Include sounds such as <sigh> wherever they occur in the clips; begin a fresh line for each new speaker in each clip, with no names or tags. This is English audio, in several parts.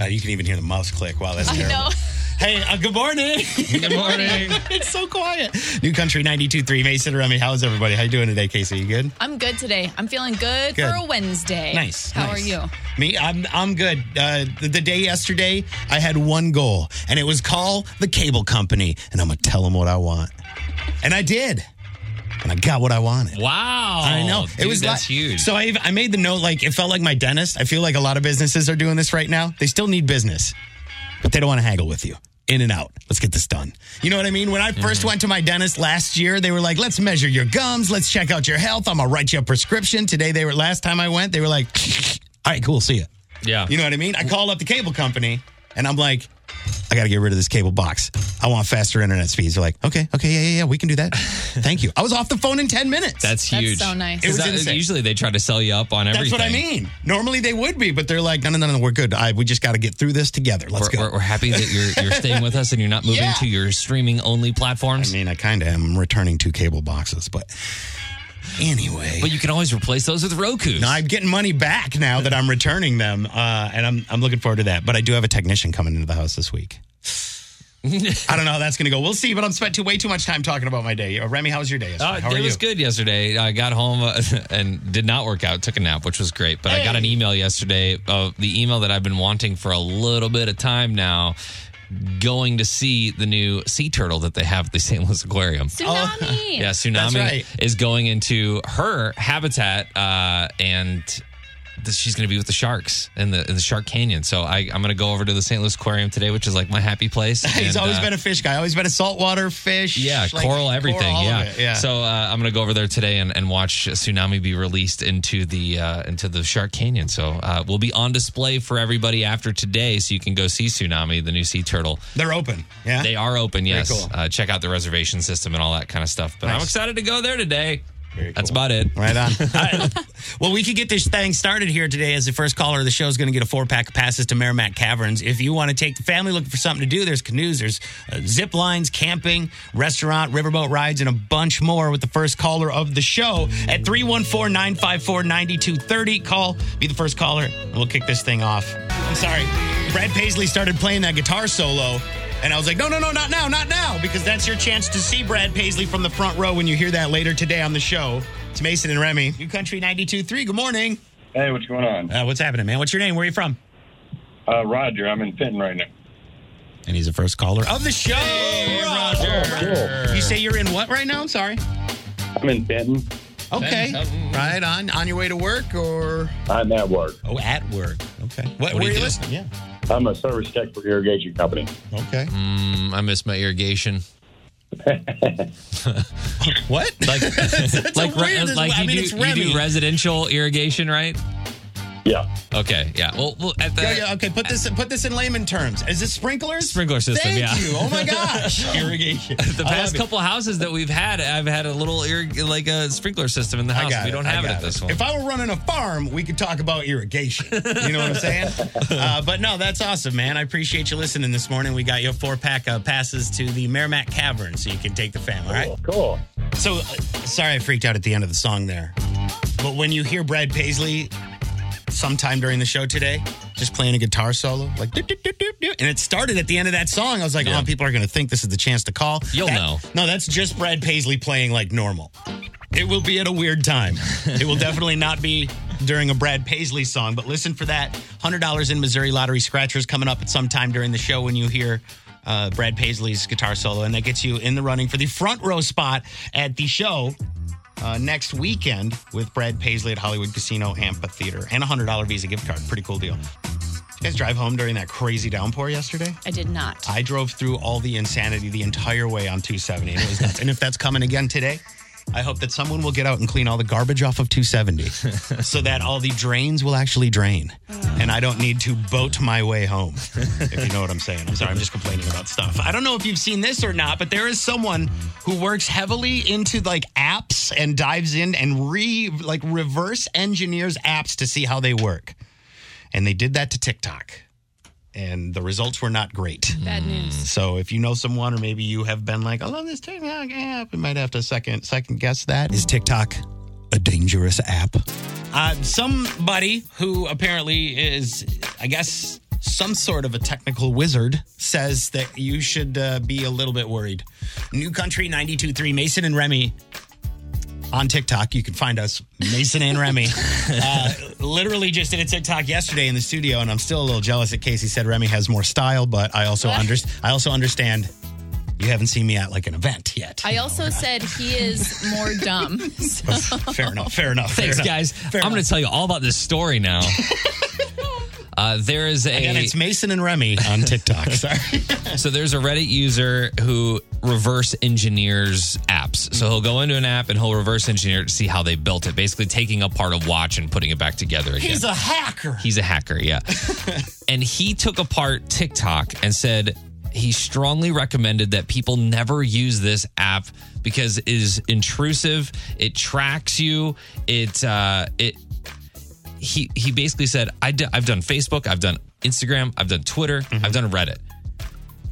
Uh, you can even hear the mouse click. Wow, that's
I
terrible.
know. <laughs>
Hey, uh, good morning. <laughs>
<laughs> Good morning.
it's so quiet. New Country 92.3 Mason and Remy. How is everybody? How you doing today, Casey? You good?
I'm good today. I'm feeling good,
Good.
for a Wednesday.
Nice.
How
nice.
are you?
Me, I'm I'm good. Uh, the, the day yesterday, I had one goal, and it was call the cable company, and I'm gonna tell them what I want, and I did, and I got what I wanted.
Wow.
I know
Oh, Dude,
it was
that's
li-
huge.
So I I made the note like it felt like my dentist. I feel like a lot of businesses are doing this right now. They still need business, but they don't want to haggle with you. In and out. Let's get this done. You know what I mean? When I 1st
Mm-hmm.
went to my dentist last year, they were like, "Let's measure your gums. Let's check out your health. I'm gonna write you a prescription." Today they were. Last time I went, they were like, "All right, cool. See ya."
yeah.
You know what I mean? I call up the cable company and I'm like, I got to get rid of this cable box. I want faster internet speeds. They're like, okay, okay, yeah, yeah, yeah, we can do that. Thank you. I was off the phone in 10 minutes.
that's
That's
huge.
so nice.
It was
'Cause that-
insane.
usually they try to sell you up on
That's
everything.
what I mean. Normally they would be, but they're like, no, no, no, no, we're good. I, we just got to get through this together. Let's
We're,
go.
we're, we're happy that
<laughs>
you're you're staying with us and you're not moving
Yeah.
to your streaming only platforms.
I mean, I kind of am returning two cable boxes, but anyway.
but you can always replace those with Roku.
No, I'm getting money back now that I'm returning them, uh, and I'm I'm looking forward to that. But I do have a technician coming into the house this
<laughs>
week. I don't know how that's going to go. We'll see. But I'm spent too, way too much time talking about my day. Uh, Remy, how was your day? Yesterday?
Uh,
how are
it was
you?
good yesterday. I got home uh, <laughs> and did not work out. Took a nap, which was great. But I got an email yesterday of the email that I've been wanting for a little bit of time now. Going to see the new sea turtle that they have at the <laughs> St. Louis Aquarium.
Oh, <laughs>
Tsunami.
Yeah,
That's
tsunami
right.
is going into her habitat, uh, and this, she's going to be with the sharks in the in the shark canyon. So I, I'm going to go over to the St. Louis Aquarium today, which is like my happy
<laughs>
place.
He's
and,
always
uh,
been a fish guy. Always been a saltwater fish.
yeah,
like,
coral, everything.
coral, all of
yeah.
it, yeah.
So uh, I'm gonna go over there today and, and watch Tsunami be released into the uh, into the Shark Canyon. So uh, we'll be on display for everybody after today, so you can go see Tsunami, the new sea turtle.
they're open. Yeah,
They are open, yes.
cool.
Uh, check out the reservation system and all that kind of stuff. But I'm
Nice.
excited to go there today.
Very
That's
cool.
about it.
Right on. <laughs> All right. Well, we could get this thing started here today as the first caller of the show is going to get a four pack of passes to Merrimack Caverns. If you want to take the family looking for something to do, there's canoes, there's uh, zip lines, camping, restaurant, riverboat rides, and a bunch more with the first caller of the show at 314 954 9230. Call, be the first caller, and we'll kick this thing off. I'm sorry. Brad Paisley started playing that guitar solo. And I was like, no, no, no, not now, not now, because that's your chance to see Brad Paisley from the front row when you hear that later today on the show. It's Mason and Remy. New Country 92.3, good morning.
Hey, what's going on?
Uh, what's happening, man? What's your name? Where are you from?
Uh, Roger, I'm in Fenton right now.
And he's the first caller of the show.
Um,
Roger.
Oh, You say you're in what right now? I'm sorry.
I'm in Fenton.
Okay. Right on. On your way to work or?
I'm at work.
Oh, at work. Okay. What, where
do you
are you
do?
listening? Yeah.
I'm a service tech for irrigation company.
Okay.
Mm, I miss my
<laughs>
irrigation.
What? <laughs>
Like, like,
a weird-
like
I
you,
mean,
do,
it's
you do
Remy.
residential irrigation, right?
Yeah.
Okay, yeah. Well, well at the,
Yeah, yeah, okay, put this put this in layman terms. Is this sprinklers?
Sprinkler system,
Thank
yeah.
you. <laughs> Oh my gosh. <laughs> Irrigation.
the
I
past
love it.
couple houses that we've had, I've had a little irrig- like a sprinkler system in the house.
I got
We don't have
I
it
got
at this one.
If I were running a farm, we could talk about irrigation. You know what I'm
<laughs>
saying? uh, but no, that's awesome, man. I appreciate you listening this morning. We got you a four pack of passes to the Merrimack Cavern, so you can take the family. All right.
Cool. cool.
So, uh, sorry I freaked out at the end of the song there. But when you hear Brad Paisley sometime during the show today, just playing a guitar solo, like, doot, doot, doot, doot, doot, and it started at the end of that song. I was like,
Yeah.
oh, people are going to think this is the chance to call.
You'll
That-
know.
No, that's just Brad Paisley playing like normal. It will be at a weird time. It will definitely not be during a Brad Paisley song, but listen for that. $100 in Missouri Lottery Scratchers coming up at some time during the show when you hear uh, Brad Paisley's guitar solo, and that gets you in the running for the front row spot at the show. Uh, next weekend with Brad Paisley at Hollywood Casino Amphitheater and a $100 Visa gift card. Pretty cool deal. Did you guys drive home during that crazy downpour yesterday?
I did not.
I drove through all the insanity the entire way on 270. And, it was nuts. and if that's coming again today, I hope that someone will get out and clean all the garbage off of 270 so that all the drains will actually drain. And I don't need to boat my way home, if you know what I'm saying. I'm sorry, I'm just complaining about stuff. I don't know if you've seen this or not, but there is someone who works heavily into like apps and dives in and re like reverse engineers apps to see how they work. And they did that to TikTok. And the results were not great.
Bad news.
So if you know someone, or maybe you have been like, "I love this TikTok app," we might have to second second guess that. Is TikTok a dangerous app? Uh, somebody who apparently is, I guess, some sort of a technical wizard says that you should uh, be a little bit worried. New Country 92.3, Mason and Remy on TikTok. You can find us, Mason and Remy.
<laughs>
Uh, literally just did a TikTok yesterday in the studio, and I'm still a little jealous that Casey said Remy has more style, but I also, under- I also understand you haven't seen me at like an event yet. <laughs>
I also said he is more dumb. <laughs> So
fair enough. Fair enough. fair
Thanks,
enough.
guys.
Fair
I'm
enough.
going to tell you all about this
<laughs>
story now. uh, there is a
And it's Mason and Remy on <laughs> TikTok. Sorry.
<laughs> So there's a Reddit user who reverse engineers apps. So he'll go into an app and he'll reverse engineer it to see how they built it, basically taking apart a watch and putting it back together again.
He's a hacker.
He's a hacker, yeah. and he took apart TikTok and said he strongly recommended that people never use this app because it is intrusive. It tracks you. It uh, it he he basically said I d- I've done Facebook, I've done Instagram, I've done Twitter, I've done Reddit.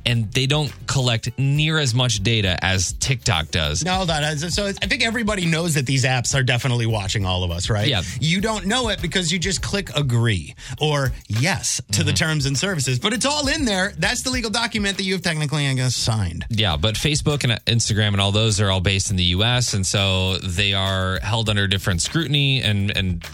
And they don't collect near as much data as TikTok does.
No, that is, so. I think everybody knows that these apps are definitely watching all of us, right?
Yeah.
You don't know it because you just click agree or yes to the terms and services, but it's all in there. That's the legal document that you have technically, I guess, signed.
Yeah, but Facebook and Instagram and all those are all based in the U.S. and so they are held under different scrutiny. And and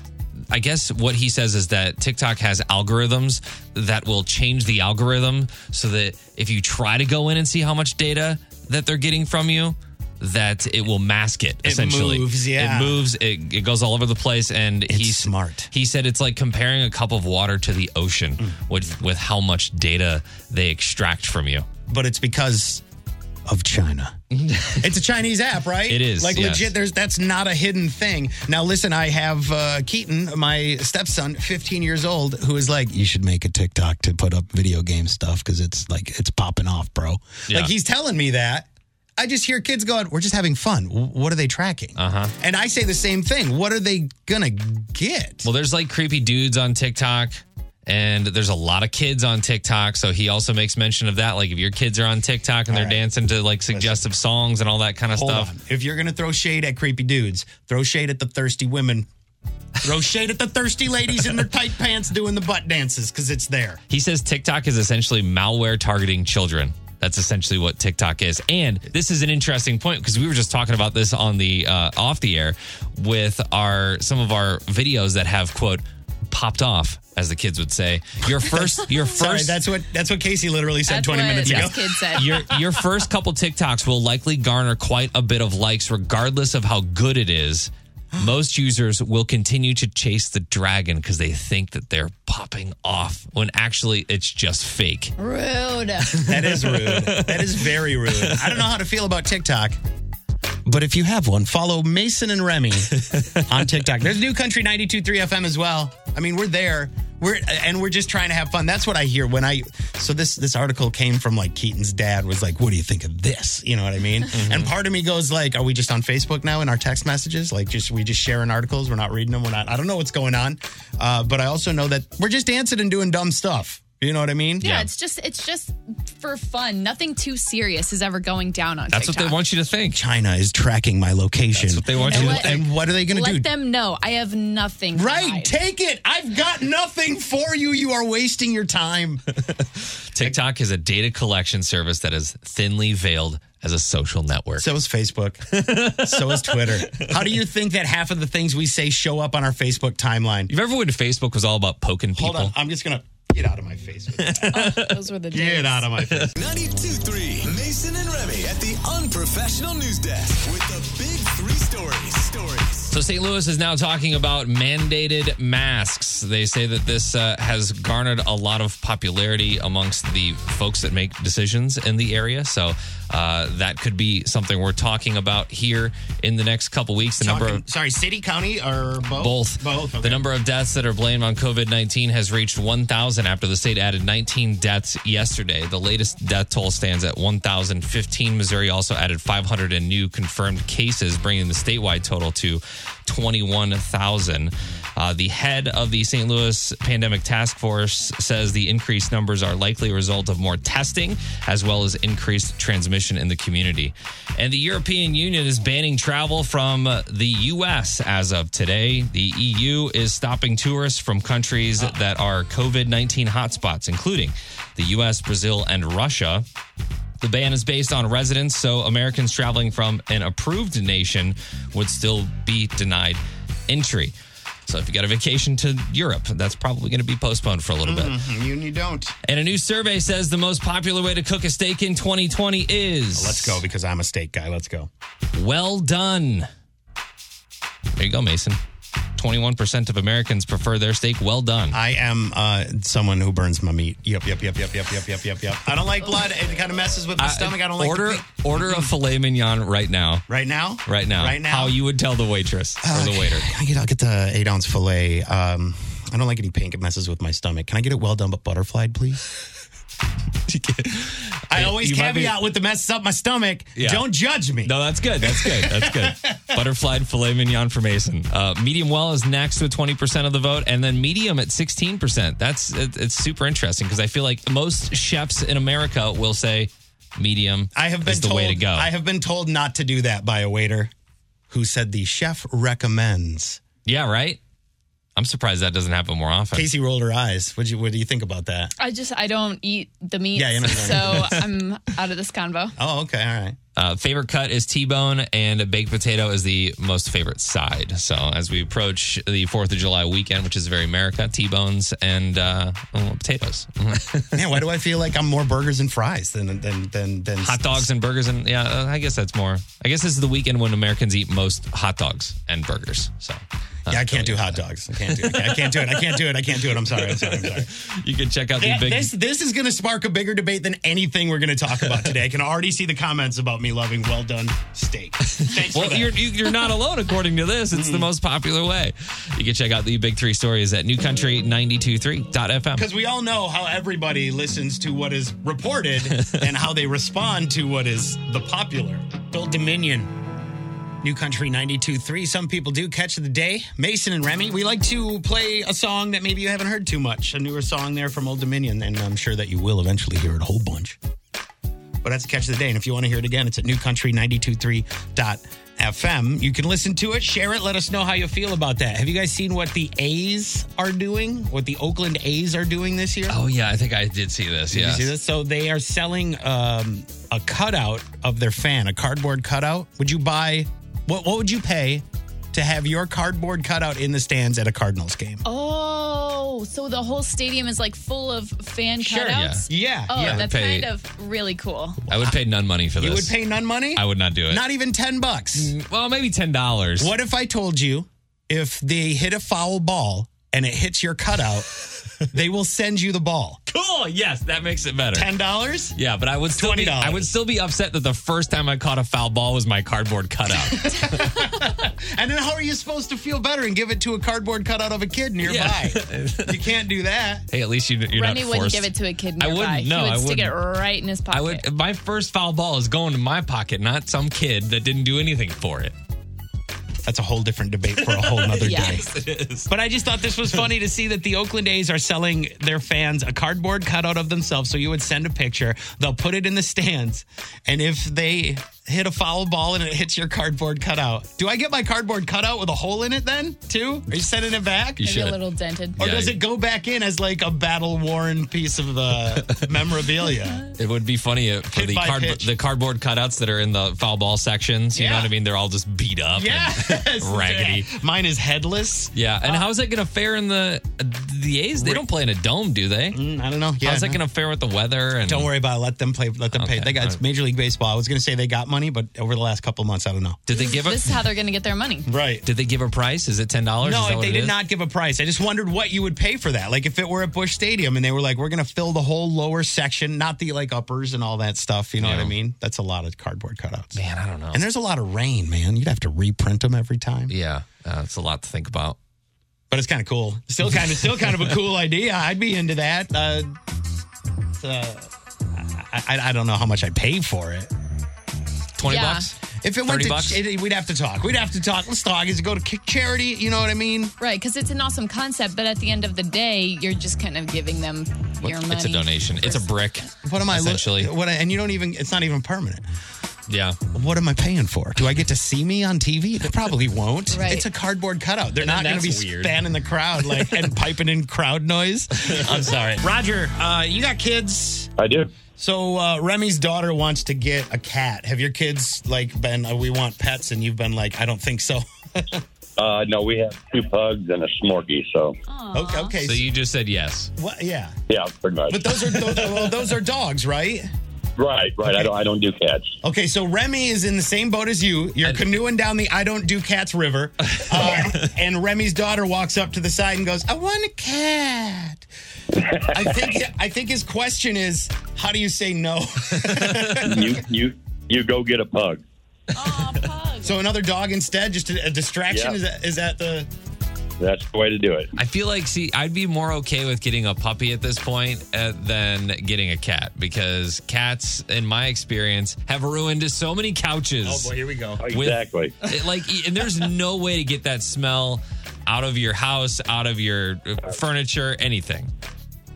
I guess what he says is that TikTok has algorithms that will change the algorithm so that if you try to go in and see how much data that they're getting from you, that it will mask it. Essentially,
moves, yeah.
It moves. It, it goes all over the place. And he's
smart. Mm.
He said it's like comparing a cup of water to the ocean with with how much data they extract from you.
But it's because of
<laughs>
China. it's a Chinese app, right?
It is,
Like
yes.
legit. There's that's not a hidden thing. Now listen, I have uh, Keaton, my stepson, 15 years old, who is like, you should make a TikTok to put up video game stuff because it's like it's popping off, bro.
Yeah.
Like he's telling me that. I just hear kids going, "We're just having fun. W- What are they tracking?" Uh
Uh-huh.
huh. And I say the same thing. What are they gonna get?
Well, there's like creepy dudes on TikTok, and there's a lot of kids on TikTok. So he also makes mention of that. Like if your kids are on TikTok and they're dancing to like suggestive songs and all that kind of
Hold
stuff.
on. If you're gonna throw shade at creepy dudes, throw shade at the thirsty women. Throw shade at the thirsty ladies in their tight pants doing the butt dances because it's there.
He says TikTok is essentially malware targeting children. That's essentially what TikTok is. And this is an interesting point because we were just talking about this on the uh, off the air with our some of our videos that have quote popped off as the kids would say. Your first your
<laughs>
first
Sorry, that's what that's what Casey literally said
that's
20
what
minutes
this
ago.
kid said.
your your first couple TikToks will likely garner quite a bit of likes, regardless of how good it is. Most users will continue to chase the dragon because they think that they're popping off when actually it's just fake.
Oh <laughs>
Rude.
That is rude. That is very rude. I don't know how to feel about TikTok. But if you have one, follow Mason and Remy on TikTok. There's New Country 92.3 FM as well. I mean, we're there. We're and we're just trying to have fun. That's what I hear when I. So this this article came from like Keaton's dad was like, "What do you think of this?" You know what I mean? And part of me goes like, "Are we just on Facebook now in our text messages? Like, just we just sharing articles? We're not reading them. We're not. I don't know what's going on. Uh, but I also know that we're just dancing and doing dumb stuff. You know what I mean?
Yeah, it's just it's just for fun. Nothing too serious is ever going down on
That's
TikTok.
what they want you to think.
China is tracking my location.
That's what they want
and,
you
to
what-
think.
and what are they going to
Let
do?
them know I have nothing. to
right, <laughs>
hide.
take it. I've got nothing for you. You are wasting your time.
TikTok is a data collection service that is thinly veiled as a social network.
So is Facebook. <laughs> so is Twitter. How do you think that half of the things we say show up on our Facebook timeline?
you ever when Facebook was all about poking people?
Hold on. I'm just going to get out of my face. with that.
Those were the
Get
days.
out of my face.
92.3 Mason and Remy at the Unprofessional News Desk with the big three stories. Stories.
So St. Louis is now talking about mandated masks. They say that this uh, has garnered a lot of popularity amongst the folks that make decisions in the area. So uh, that could be something we're talking about here in the next couple weeks. The number
Talking-
of
sorry, city, county, or both?
both.
Both. okay.
The number of deaths that are blamed on COVID 19 has reached 1,000 after the state added 19 deaths yesterday. The latest death toll stands at 1,015. Missouri also added 500 in new confirmed cases, bringing the statewide total to 21,000. Uh, the head of the St. Louis Pandemic Task Force says the increased numbers are likely a result of more testing as well as increased transmission in the community. And the European Union is banning travel from uh, the U.S. as of today. The EU is stopping tourists from countries that are COVID 19 hotspots, including the U.S., Brazil, and Russia. The ban is based on residence, so Americans traveling from an approved nation would still be denied entry. So if you got a vacation to Europe, that's probably going to be postponed for a little bit.
You, you don't.
And a new survey says the most popular way to cook a steak in 2020 is
Let's go because I'm a steak guy. Let's go.
Well done. There you go, Mason. 21% of Americans prefer their steak well done.
I am uh, someone who burns my meat. Yep, yep, yep, yep, yep, yep, yep, yep, yep. I don't like blood. It kind of messes with my stomach. I don't like
order
the thing.
order a filet mignon right now.
right now.
Right now.
Right now.
How you would tell the waitress or the waiter.
Can I get, I'll get the eight ounce fillet. Um, I don't like any pink. It messes with my stomach. Can I get it well done but butterflied,
<laughs>
please? I always
You might be-
caveat with the messes up my stomach.
Yeah.
Don't judge me.
No, that's good. That's good. That's good. Butterflied filet mignon for Mason. Uh, medium well is next with 20% of the vote, and then medium at 16%. That's it, it's super interesting because I feel like most chefs in America will say medium
I have been
is the
told,
way to go.
I have been told not to do that by a waiter who said the chef recommends.
yeah, right? I'm surprised that doesn't happen more often.
Casey rolled her eyes. What do you what do you think about that?
I just I don't eat the meat,
Yeah, you don't eat the
so I'm out of this convo.
Oh, okay, all right.
Uh, favorite cut is T-bone, and a baked potato is the most favorite side. So as we approach the Fourth of July weekend, which is very America, T-bones and uh, oh, potatoes,
Man, why do I feel like I'm more burgers and fries than than than than
hot dogs and burgers, and yeah, uh, I guess that's more. I guess this is the weekend when Americans eat most hot dogs and burgers. So
Yeah, I can't do hot dogs. I can't do it. I can't do it. I can't do it. I can't do it. I'm sorry. I'm sorry. I'm sorry.
you can check out the
That-
<laughs> big.
this this is going to spark a bigger debate than anything we're going to talk about today. I can already see the comments about me loving well done steak. Thanks for
Well,
that.
you're, you- you're not alone, according to this. It's the most popular way. You can check out the big three stories at newcountry923.fm.
because we all know how everybody listens to what is <laughs> reported and how they respond to what is the popular. Old Dominion. New Country 92.3. Some people do catch the day. Mason and Remy, we like to play a song that maybe you haven't heard too much. A newer song there from Old Dominion, and I'm sure that you will eventually hear it a whole bunch. But that's the catch of the day. And if you want to hear it again, it's at newcountry923.fm. You can listen to it, share it, let us know how you feel about that. Have you guys seen what the A's are doing? What the Oakland A's are doing this year?
Oh yeah, I think I did see this.
Did
Yeah.
you see this? So they are selling um, a cutout of their fan, a cardboard cutout. Would you buy? What What would you pay to have your cardboard cutout in the stands at a Cardinals game?
Oh, so the whole stadium is like full of fan
Sure, yeah.
cutouts.
Yeah,
Oh,
yeah.
that's
Pay-
kind of really cool.
I would pay none money for this.
You would pay none money.
I would not do it.
Not even ten bucks.
Mm-hmm.
well, maybe ten dollars.
What if I told you if they hit a foul ball and it hits your
<laughs>
cutout, they will send you the ball?
Cool. Yes, that makes it better.
Ten dollars.
Yeah, but I would still be,
$20.
I would still be upset that the first time I caught a foul ball was my cardboard
<laughs>
cutout.
And then how are you supposed to feel better and give it to a cardboard cutout of a kid nearby?
<laughs>
you can't do that.
hey, at least you, you're
Remy
not
wouldn't
forced.
give it to a kid
I
nearby.
wouldn't,
He
no,
would
I
stick it
wouldn't.
right in his pocket.
I would. My first foul ball is going to my pocket, not some kid that didn't do anything
<laughs>
for it.
That's a whole different debate for a whole nother
<laughs>
day.
Yes.
But I just thought this was funny to see that the Oakland A's are selling their fans a cardboard cutout of themselves. So you would send a picture, they'll put it in the stands, and if they hit a foul ball and it hits your cardboard cutout, do I get my cardboard cutout with a hole in it then too? Are you sending it back?
You
Maybe a
should.
little dented.
Or
Yeah.
does it go back in as like a battle worn piece of uh, memorabilia?
It would be funny if- for
Hit
the
by
card,
pitch.
the cardboard cutouts that are in the foul ball sections. You know
Yeah.
what I mean? They're all just beat up.
Yes,
<laughs> Raggedy.
Mine is headless.
Yeah, and how's that going to fare in the the A's? They don't play in a dome, do they?
Mm, I don't know. Yeah,
how's that
no.
going to fare with the weather? And
Don't worry about it. Let them play. Let them pay.
Okay,
They got
all right.
Major League Baseball. I was going to say they got money, but over the last couple months, I don't know.
Did they give a
This is how they're going to get their money.
Right.
Did they give a price? Is it ten dollars?
No, if they did not give a price, I just wondered what you would pay for that. Like if it were at Bush Stadium and they were like, "We're going to fill the whole lower section, not the like uppers and all that stuff." You know what I mean? That's a lot of cardboard cutouts.
Man, I don't know.
And there's a lot of rain, man. You'd have to reprint them every time.
Yeah, uh, it's a lot to think about.
But it's kind of cool. Still kind of, still kind of a cool idea. I'd be into that. Uh, it's, uh, I, I, I don't know how much I'd pay for it.
Twenty
Yeah.
bucks.
If it went
30
to,
bucks?
it, we'd have to talk. We'd have to talk. Let's talk. Is it go to k- charity? You know what I mean?
Right, because it's an awesome concept, but at the end of the day, you're just kind of giving them your money.
It's a donation. It's a brick.
What am I lo-
essentially?
What I, and you don't even. It's not even permanent.
yeah.
What am I paying for? Do I get to see me on TV? They probably won't.
Right.
It's a cardboard cutout. They're not
then
going to be
that's weird.
spanning the crowd like
<laughs>
and piping in crowd noise. I'm sorry, Roger. Uh, you got kids.
I do.
So uh, Remy's daughter wants to get a cat. Have your kids like been? Uh, we want pets, and you've been like, I don't think so.
Uh, no, we have two pugs and a snorky. So,
okay. Okay.
So you just said yes.
what, yeah.
yeah, pretty much.
But those are those, well, those are dogs, right?
right, right. I don't. I don't do cats.
Okay, so Remy is in the same boat as you. You're canoeing down the I don't do cats river, uh, and Remy's daughter walks up to the side and goes, "I want a cat." I think I think his question is, "How do you say no?"
<laughs> you, you, you go get a pug.
Aw, pug.
So another dog instead, just a, a distraction.
Yeah.
Is that is that the
That's the way to do it.
I feel like, see, I'd be more okay with getting a puppy at this point uh, than getting a cat because cats, in my experience, have ruined so many couches.
here we go.
Exactly.
It, like, e- and there's no way to get that smell out of your house, out of your uh, furniture, anything.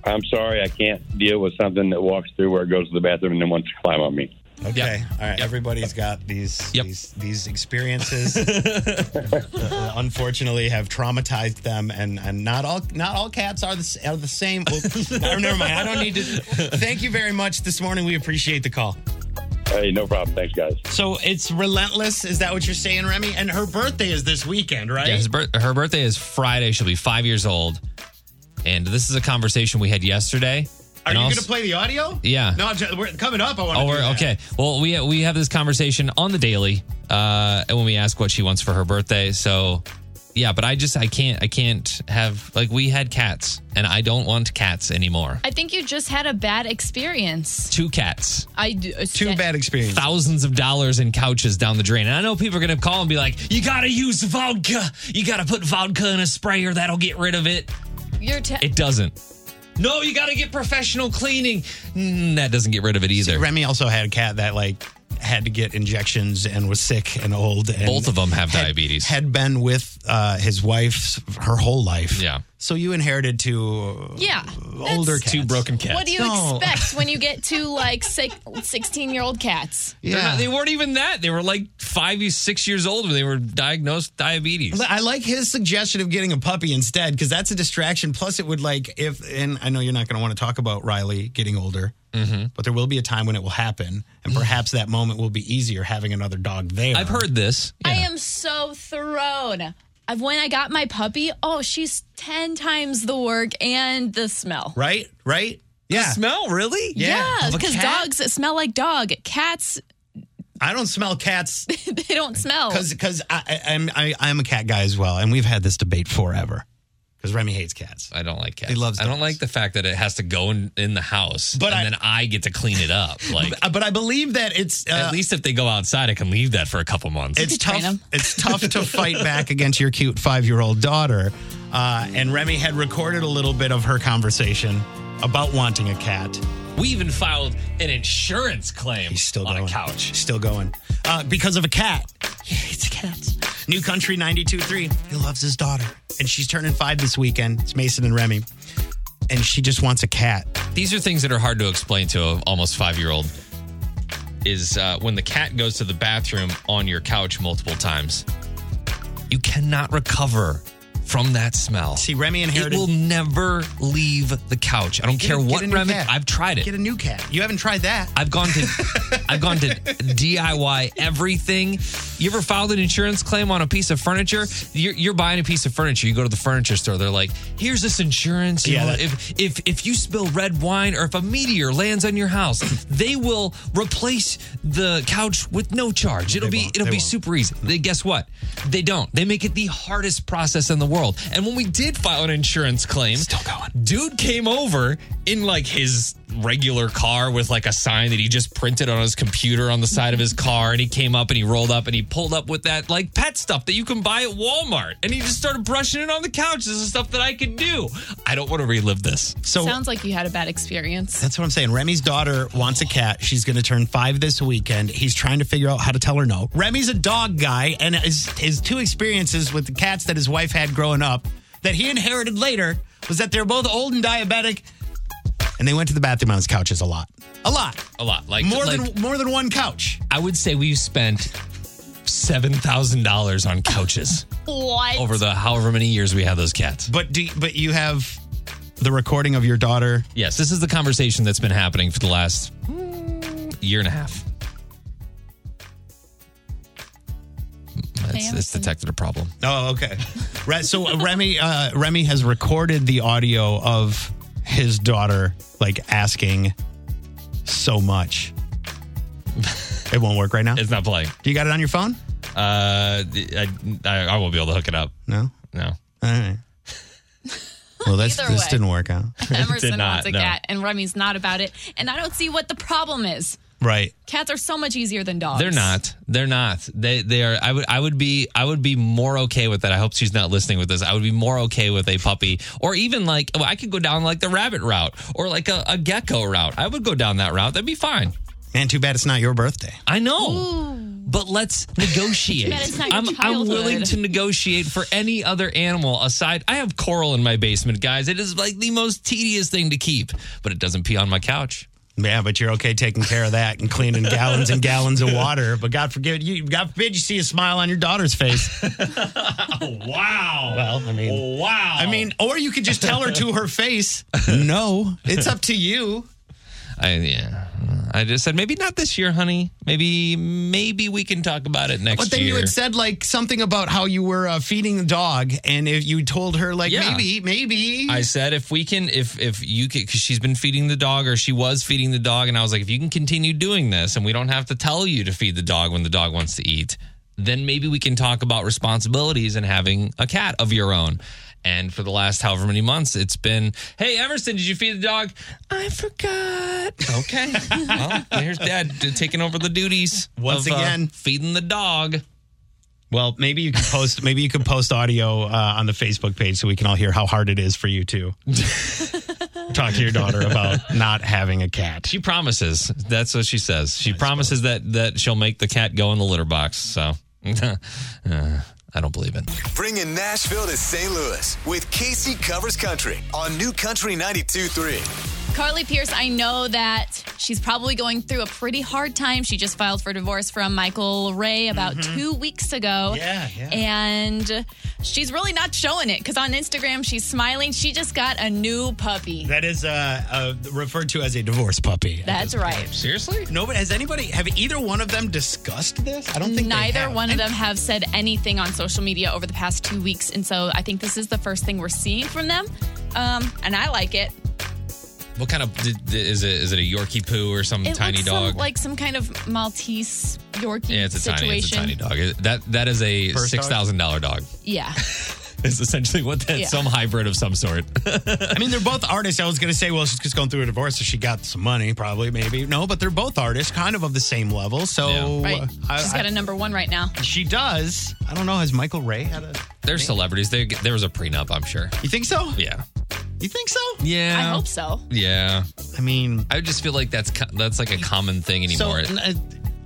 I'm sorry, I can't deal with something that walks through where it goes to the bathroom and then wants to climb on me.
Okay.
Yep.
All right.
Yep.
Everybody's got these
Yep.
these these experiences. <laughs> uh, unfortunately, have traumatized them, and and not all not all cats are the s- are the same. Well, <laughs> no, never mind. I don't need to. Thank you very much this morning. We appreciate the call.
Hey, no problem. Thanks, guys.
So it's relentless. Is that what you're saying, Remy? And her birthday is this weekend, right?
Yeah, his birth- her birthday is Friday. She'll be five years old. And this is a conversation we had yesterday.
Are
And
you
I'll
going
s-
to play the audio?
Yeah.
No, I'm just, we're coming up. I want to.
Oh, we're, okay. Well, we we have this conversation on the daily, uh, and when we ask what she wants for her birthday, so yeah. But I just I can't I can't have like we had cats, and I don't want cats anymore.
I think you just had a bad experience.
Two cats,
I uh, do.
Two bad experience.
thousands of dollars in couches down the drain, and I know people are gonna call and be like, "You gotta use vodka. You gotta put vodka in a sprayer. That'll get rid of it."
You're te-
It doesn't. No, you gotta get professional cleaning. Mm, that doesn't get rid of it either.
Remy also had a cat that like had to get injections and was sick and old. And
Both of them have
had-
diabetes.
Had been with uh, his wife her whole life.
Yeah.
So you inherited two uh,
yeah.
older
that's-
cats.
Two broken cats.
What do you
No.
expect when
<laughs>
you get two like sixteen year old cats?
They're
Yeah.
not- they weren't even that. They were like five, six years old when they were diagnosed with diabetes.
I like his suggestion of getting a puppy instead because that's a distraction. Plus, it would like if, and I know you're not going to want to talk about Riley getting older,
Mm-hmm.
but there will be a time when it will happen, and perhaps that moment will be easier having another dog there.
I've heard this.
I
Yeah.
am so thrown. I've, when I got my puppy, oh, she's ten times the work and the smell.
right, right, yeah.
Smell, really?
Yeah,
Of a
because
cat?
dogs smell like dog. Cats, <laughs>
I don't smell cats
they don't smell.
because because I, I, I'm I, I'm a cat guy as well, and we've had this debate forever because Remy hates cats.
I don't like cats.
He loves
I don't
dogs.
like the fact that it has to go in, in the house
But
and
I-
then I get to clean
<laughs>
it up. Like
Uh, But I believe that it's uh,
at least if they go outside, I can leave that for a couple months.
it's
could train
tough.
'em.
It's tough
<laughs>
to fight back against your cute five-year-old daughter. Uh, and Remy had recorded a little bit of her conversation about wanting a cat.
we even filed an insurance claim
He's still
on
going.
a couch.
Still going. Uh, because of a cat. He hates cats. New Country 92.3. He loves his daughter. And she's turning five this weekend. It's Mason and Remy. And she just wants a cat.
These are things that are hard to explain to an almost five year old. Is uh, when the cat goes to the bathroom on your couch multiple times, you cannot recover from that smell.
See, Remy
It
inherited.
will never leave the couch. I don't
Get
care
a- get
what
a new
remedy.
cat.
I've tried
Get
it.
a new cat. You haven't tried that.
I've gone to I've gone to DIY everything. You ever filed an insurance claim on a piece of furniture? You're, you're buying a piece of furniture. You go to the furniture store. They're like, "Here's this insurance. You
Yeah,
know,
that-
if if if you spill red wine or if a meteor lands on your house, they will replace the couch with no charge. It'll
They
be
won't.
it'll
They
be
won't.
super easy." They, guess what? They don't. They make it the hardest process in the world. And when we did file an insurance claim,
Still going.
dude came over in like his regular car with like a sign that he just printed on his computer on the side of his car and he came up and he rolled up and he pulled up with that like pet stuff that you can buy at Walmart and he just started brushing it on the couch this is stuff that I could do I don't want to relive this
So
Sounds like you had a bad
<laughs>
experience.
That's what I'm saying. Remy's daughter wants a cat. She's going to turn five this weekend. He's trying to figure out how to tell her no. Remy's a dog guy, and his, his two experiences with the cats that his wife had growing up that he inherited later was that they're both old and diabetic, and they went to the bathroom on his couches a lot, a lot,
a lot like
more
like,
than more than one couch.
I would say we've spent $7,000 on couches
What?
over the however many years we had those cats
But do you- but you have the recording of your daughter
yes this is the conversation that's been happening for the last mm, year and a half it's, it's
Anderson.
detected a problem
Oh, okay. Right. So Remy, uh, Remy has recorded the audio of his daughter like asking so much. It won't work right now.
It's not playing.
Do you got it on your phone?
Uh, I, I, I won't be able to hook it up.
No.
No.
All right. Well, that's,
Either
this
way.
didn't work out.
<laughs> Emerson
Did not,
wants a
no.
cat, and Remy's not about it. And I don't see what the problem is.
Right.
Cats are so much easier than dogs.
They're not. They're not. They they are. I would I would be I would be more okay with that. I hope she's not listening with this. I would be more okay with a puppy or even like well, I could go down like the rabbit route or like a, a gecko route. I would go down that route. That'd be fine.
Man, too bad it's not your birthday.
I know. But let's negotiate.
But it's not your
I'm, I'm willing
childhood.
to negotiate for any other animal aside. I have coral in my basement, guys. It is like the most tedious thing to keep, but it doesn't pee on my couch.
Yeah, but you're okay taking care of that and cleaning gallons and gallons of water. But God forbid you, God forbid you see a smile on your daughter's <laughs> face.
Wow.
Well, I mean,
Wow.
I mean, or you could just tell her to her face. No, it's up to you.
I yeah. I just said maybe not this year, honey. Maybe maybe we can talk about it next
But then
year.
you had said like something about how you were uh, feeding the dog, and if you told her like
Yeah.
maybe, maybe.
I said if we can, if if you could, because she's been feeding the dog, or she was feeding the dog, and I was like, if you can continue doing this, and we don't have to tell you to feed the dog when the dog wants to eat, then maybe we can talk about responsibilities and having a cat of your own. And for the last however many months, it's been, hey Emerson, did you feed the dog? I forgot. Okay, <laughs> well, here's Dad taking over the duties
Once
of, uh,
again.
feeding the dog.
well, maybe you could post. maybe you could post audio uh, on the Facebook page so we can all hear how hard it is for you <laughs> to talk to your daughter about not having a cat.
She promises. That's what she says. She promises that that she'll make the cat go in the litter box. So <laughs> uh, I don't believe it.
Bringing Nashville to St. Louis with Casey Covers Country on New Country 92.3.
Carly Pierce, I know that she's probably going through a pretty hard time. She just filed for divorce from Michael Ray about
Mm-hmm.
two weeks ago.
Yeah, yeah.
And she's really not showing it because on Instagram, she's smiling. She just got a new puppy.
That is uh, uh, referred to as a divorce puppy.
That's right.
Seriously?
Nobody has anybody have either one of them discussed this? I don't think they
Neither
have.
one of them have said anything on social media over the past two weeks. And so I think this is the first thing we're seeing from them. Um, and I like it.
What kind of did- did- is it? Is it a Yorkie poo or some
It
tiny
looks
dog?
Some, like some kind of Maltese Yorkie
yeah, it's a
situation.
tiny. It's a tiny dog. It- That that is a
First dog?
six thousand dollar dog.
Yeah.
It's essentially what that
Yeah.
some hybrid of some sort. <laughs>
I mean, they're both artists. I was going to say, well, she's just going through a divorce, so she got some money, probably, maybe. No, but they're both artists, kind of of the same level. So
Yeah.
Right.
I-
She's
I-
got a number one right now.
she does. I don't know. Has Michael Ray had a?
They're celebrities. They, there was a prenup, I'm sure.
You think so?
Yeah.
You think so?
Yeah.
I hope so.
Yeah.
I mean,
I just feel like that's co- that's like a common thing anymore.
so uh,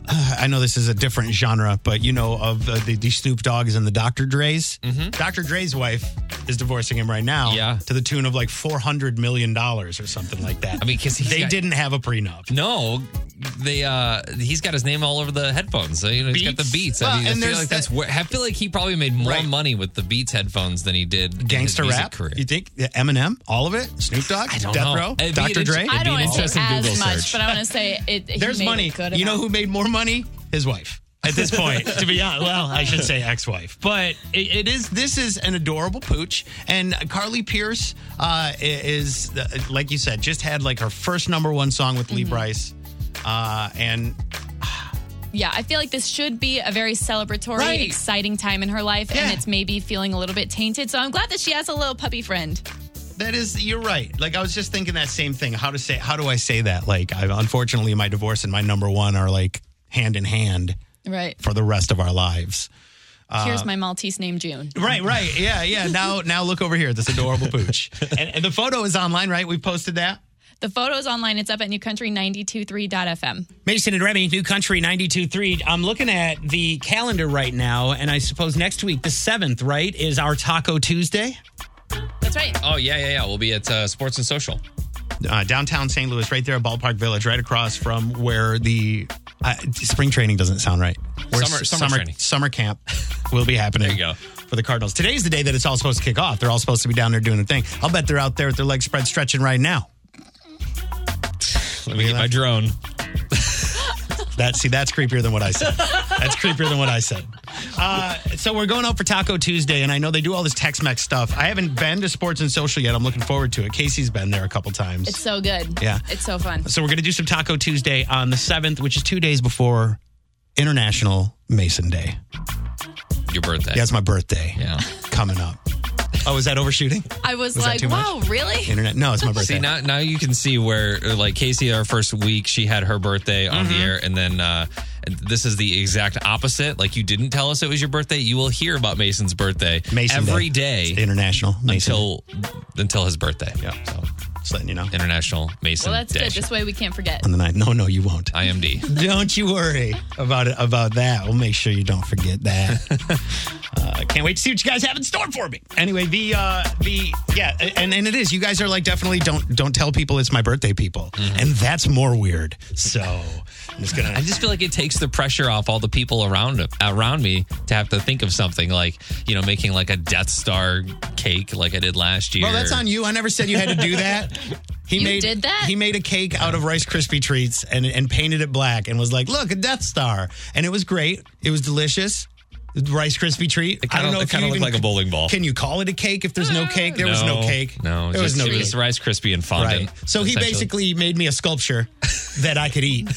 <sighs> I know this is a different genre, but you know of uh, the, the Snoop Dogg's and the Dr. Dre's. Dr. Dre's wife is divorcing him right now.
Mm-hmm. Yeah.
To the tune of like four hundred million dollars or something like that.
I mean, because
they didn't have a prenup.
No, they uh he's got his name all over the headphones. So, you know, he's got
Beats?
the Beats.
Well,
I, mean, I
and
feel
there's
like
that-
that's where I feel like he probably made more
Right.
money with the Beats headphones than he did in his
Gangster
music
rap?
career.
You think Eminem, all of it? Snoop Dogg,
I don't
Death
know.
Row,
It'd be
Dr.
an
Dre.
inter-
I
It'd be
don't
an
want to say
interesting
as
Google
much,
search.
but I want to say it. he
There's
made a
money.
good
You know
amount.
who made more money? His wife. At this point, to be honest, well, I should say ex-wife, but it, it is. This is an adorable pooch, and Carly Pierce uh, i- is, uh, like you
Mm-hmm.
said, just had like her first number one song with Lee Bryce, uh, and
yeah, I feel like this should be a very celebratory,
Right.
exciting time in her life,
Yeah.
and it's maybe feeling a little bit tainted. So I'm glad that she has a little puppy friend.
That is, you're right. Like I was just thinking that same thing. How to say? How do I say that? Like, I, unfortunately, my divorce and my number one are like hand in hand
Right.
for the rest of our lives. Uh,
Here's my Maltese named June.
Right, right, yeah, yeah. Now, now look over here. This adorable pooch, <laughs> and, and the photo is online, right? We posted that.
The photo's online. It's up at newcountry923.fm.
Mason and Remy, New Country 92.3. I'm looking at the calendar right now, and I suppose next week, the 7th, right, is our Taco Tuesday?
That's right.
Oh yeah, yeah, yeah. We'll be at uh, Sports and Social.
Uh, downtown St. Louis, right there at Ballpark Village, right across from where the uh, spring training doesn't sound right. Where
Summer-
s-
summer
summer,
training.
summer camp will be happening.
There you go.
For the Cardinals. Today's the day that it's all supposed to kick off. They're all supposed to be down there doing their thing. I'll bet they're out there with their legs spread stretching right now.
Let me get my drone.
That see, that's creepier than what I said. That's creepier than what I said. Uh, so we're going out for Taco Tuesday, and I know they do all this Tex-Mex stuff. I haven't been to Sports and Social yet. I'm looking forward to it. Casey's been there a couple times.
It's so good.
Yeah.
It's so fun.
so we're gonna do some Taco Tuesday on the seventh, which is two days before International Mason Day.
Your birthday.
That's my birthday
Yeah.
coming up. Oh, is that overshooting?
I was,
Was that
like,
too much?
wow, really?
Internet? No, it's my birthday.
See now, now you can see where like Casey, our first week, she had her birthday on
Mm-hmm.
the air, and then uh, and this is the exact opposite. Like you didn't tell us it was your birthday. You will hear about Mason's birthday
Mason
every
Day.
day
It's International Mason.
until until his birthday. Yeah. So
Just letting you know.
International Mason
Well, that's
Day.
good. This way we
<laughs>
can't forget.
On the ninth. No, no, you won't.
IMD.
Don't you worry about it, about that. We'll make sure you don't forget that.
<laughs>
uh, can't wait to see what you guys have in store for me. Anyway, the uh, the yeah, and and it is. You guys are like definitely don't don't tell people it's my birthday, people,
Mm-hmm.
and that's more weird. So uh, I'm just gonna.
I just feel like it takes the pressure off all the people around around me to have to think of something like you know making like a Death Star cake like I did last year.
Well, that's on you. I never said you had to
<laughs>
do that. He
You
made
did that?
He made a cake out of Rice Krispie treats and and painted it black and was like, "Look, a Death Star," and it was great. It was delicious. Rice Krispie treat. I
kinda-
don't know
it
if
kinda
you
looked
even-
like a bowling ball.
Can you call it a cake if there's no cake? There was no cake.
Oh. No,
there was
just,
no
it
cake.
was Rice crispy and fondant.
Right. So he
essentially.
basically made me a sculpture that I could
<laughs>
eat,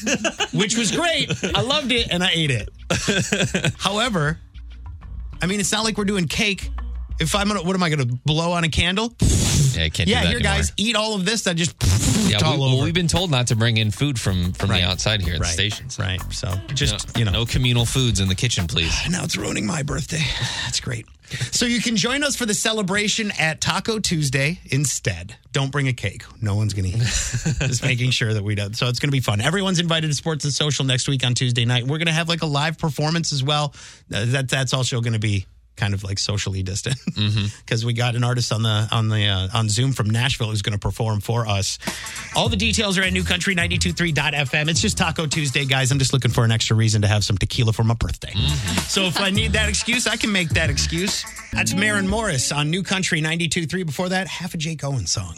which was great. I loved it and I ate it. However, I mean, it's not like we're doing cake. If I'm gonna, what am I gonna blow on a candle?
yeah, I can't
Yeah,
do that
here,
anymore.
guys, eat all of this. I just <laughs>
Yeah,
all
we, well,
over.
we've been told not to bring in food from from
Right.
the outside here at
right,
the stations.
Right. So just, you know.
No communal foods in the
<sighs>
kitchen, please.
And now it's ruining my birthday. <sighs> That's great. So you can join us for the celebration at Taco Tuesday instead. Don't bring a cake. No one's going to eat. Just making sure that we don't. So it's going to be fun. Everyone's invited to Sports and Social next week on Tuesday night. We're going to have like a live performance as well. Uh, that that's also going to be kind of like socially distant <laughs> because we got an artist on the on the uh, on Zoom from Nashville who's going to perform for us. All the details are at newcountry923.fm. It's just Taco Tuesday, guys. I'm just looking for an extra reason to have some tequila for my birthday. So if I need that excuse, I can make that excuse. That's Marin Morris on New Country 92.3. Before that, half a Jake Owen song.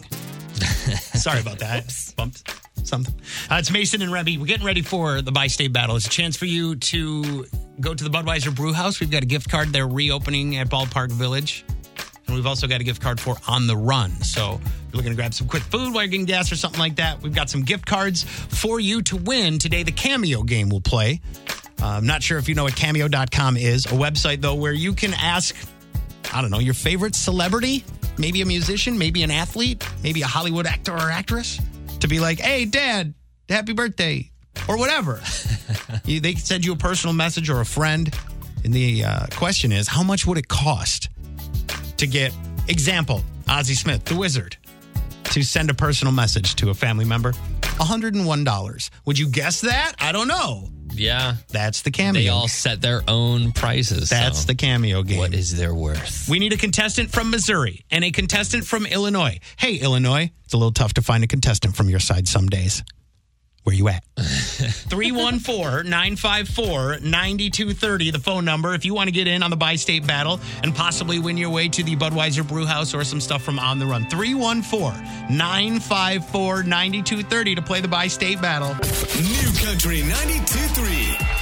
Sorry about that. Bumped something. Uh, it's Mason and Remy. We're getting ready for the by state battle. It's a chance for you to go to the Budweiser Brew House. We've got a gift card. They're reopening at Ballpark Village. And we've also got a gift card for On the Run. So if you're looking to grab some quick food while you're getting gas or something like that, we've got some gift cards for you to win. Today, the Cameo game will play. Uh, I'm not sure if you know what cameo.com is, a website, though, where you can ask I don't know, your favorite celebrity, maybe a musician, maybe an athlete, maybe a Hollywood actor or actress, to be like, hey, dad, happy birthday, or
<laughs>
whatever. You- they can send you a personal message or a friend. And the uh, question is, how much would it cost to get, example, Ozzy Smith, the wizard, to send a personal message to a family member? $101. Would you guess that? I don't know.
Yeah,
That's the cameo.
they all set their own prices.
That's
so
the cameo game.
what is their worth?
We need a contestant from Missouri and a contestant from Illinois. Hey, Illinois, it's a little tough to find a contestant from your side some days. Where you at? 314 954 9230, the phone number. If you want to get in on the bi state battle and possibly win your way to the Budweiser Brew House or some stuff from On the Run, 314 954 9230 to play the bi state battle.
New Country 92.3.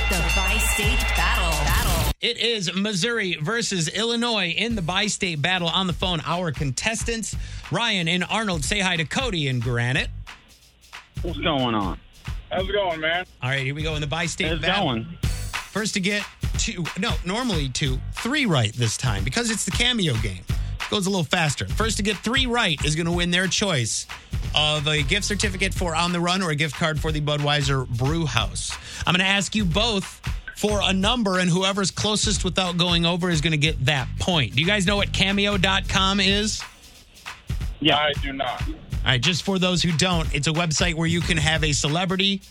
The bi state battle. Battle.
It is Missouri versus Illinois in the bi state battle on the phone. Our contestants, Ryan and Arnold, say hi to Cody and Granite.
What's going on?
How's it going, man?
All right, here we go in the bi state
How's it
battle.
going?
First to get two, no, normally two, three right this time because it's the cameo game. Goes a little faster. First to get three right is going to win their choice of a gift certificate for On the Run or a gift card for the Budweiser Brew House. I'm going to ask you both for a number, and whoever's closest without going over is going to get that point. Do you guys know what cameo.com is?
Yeah. I do not.
All right, just for those who don't, it's a website where you can have a celebrity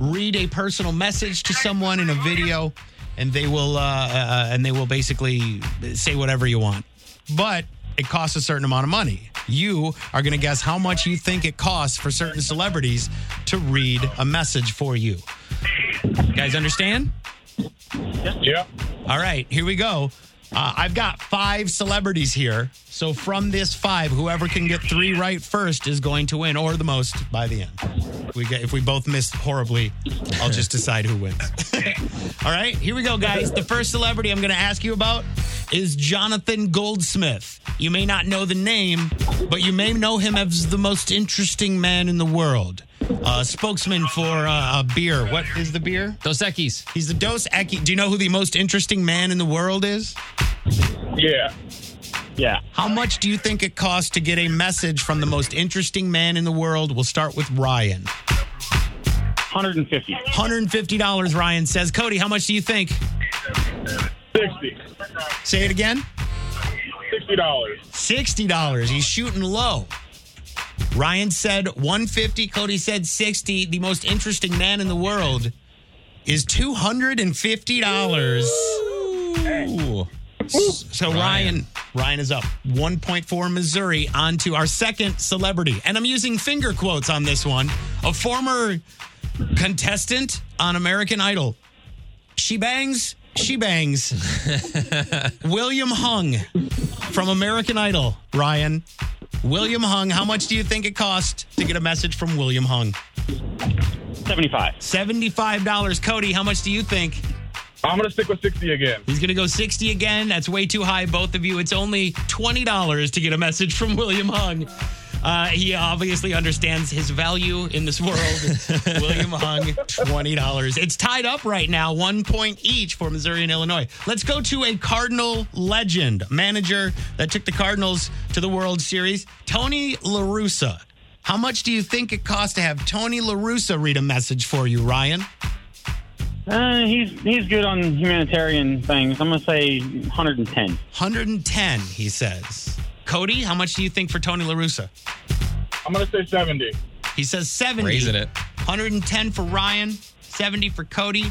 read a personal message to someone in a video, and they will uh, uh, and they will basically say whatever you want. But it costs a certain amount of money. You are going to guess how much you think it costs for certain celebrities to read a message for you. You guys understand?
Yeah.
All right, here we go. Uh, I've got five celebrities here. So from this five, whoever can get three right first is going to win, or the most by the end. If we get, if we both miss horribly, I'll just decide who wins. <laughs> All right, here we go, guys. The first celebrity I'm going to ask you about is Jonathan Goldsmith. You may not know the name, but you may know him as the most interesting man in the world. Uh, spokesman for uh, a beer. What is the beer?
Dos Equis.
He's the Dos Equis. Do you know who the most interesting man in the world is?
Yeah. Yeah.
How much do you think it costs to get a message from the most interesting man in the world? We'll start with Ryan.
150.
$150, Ryan says. Cody, how much do you think?
60.
Say it again.
$60.
$60. He's shooting low. Ryan said 150. Cody said 60. The most interesting man in the world is $250.
Ooh.
So Ryan, Ryan is up. 1.4 Missouri on to our second celebrity. And I'm using finger quotes on this one. A former contestant on American Idol. She bangs, she bangs. William Hung from American Idol. Ryan, William Hung, how much do you think it cost to get a message from William Hung?
75.
$75. Cody, how much do you think?
I'm going to stick with 60 again.
He's going to go 60 again. That's way too high, both of you. It's only $20 to get a message from William Hung. Uh, he obviously understands his value in this world. William Hung, $20. It's tied up right now, one point each for Missouri and Illinois. Let's go to a Cardinal legend, manager that took the Cardinals to the World Series, Tony LaRussa. How much do you think it costs to have Tony LaRussa read a message for you, Ryan?
Uh, he's he's good on humanitarian things. I'm gonna say 110.
110, he says. Cody, how much do you think for Tony LaRussa?
I'm going to say 70.
He says 70.
Raising it.
110 for Ryan, 70 for Cody.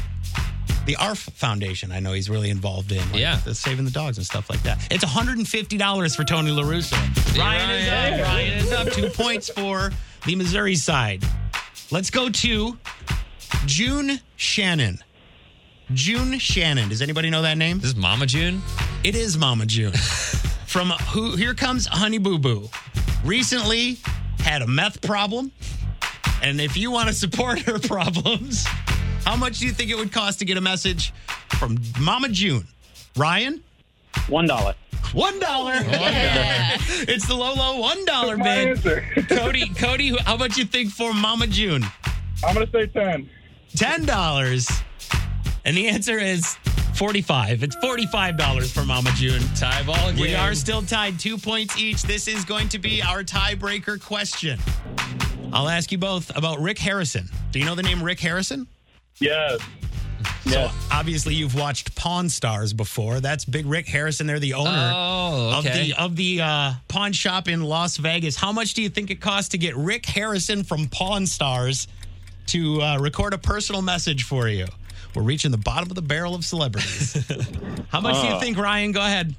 The ARF Foundation, I know he's really involved in. like,
Yeah.
the saving the dogs and stuff like that. It's $150 for Tony LaRusso. Ryan, is
Ryan.
up. Ryan is up. Two points for the Missouri side. Let's go to June Shannon. June Shannon. Does anybody know that name?
This is Mama June.
It is Mama June. From uh, who here comes Honey Boo Boo. Recently had a meth problem. And if you want to support her <laughs> problems, how much do you think it would cost to get a message from Mama June? Ryan?
One dollar.
One dollar.
Yeah.
<laughs> it's the low low one dollar bid. Cody, Cody, how much you think for Mama June?
I'm going to say 10.
ten dollars, and the answer is forty-five. It's forty-five dollars for Mama June. Tie ball. We are still tied, two points each. This is going to be our tiebreaker question. I'll ask you both about Rick Harrison. Do you know the name Rick Harrison?
Yes.
So obviously you've watched Pawn Stars before. That's Big Rick Harrison. They're the owner
Oh, okay.
of the of the uh, pawn shop in Las Vegas. How much do you think it costs to get Rick Harrison from Pawn Stars to uh, record a personal message for you? We're reaching the bottom of the barrel of
<laughs>
celebrities. How much
Uh.
do you think, Ryan? Go ahead.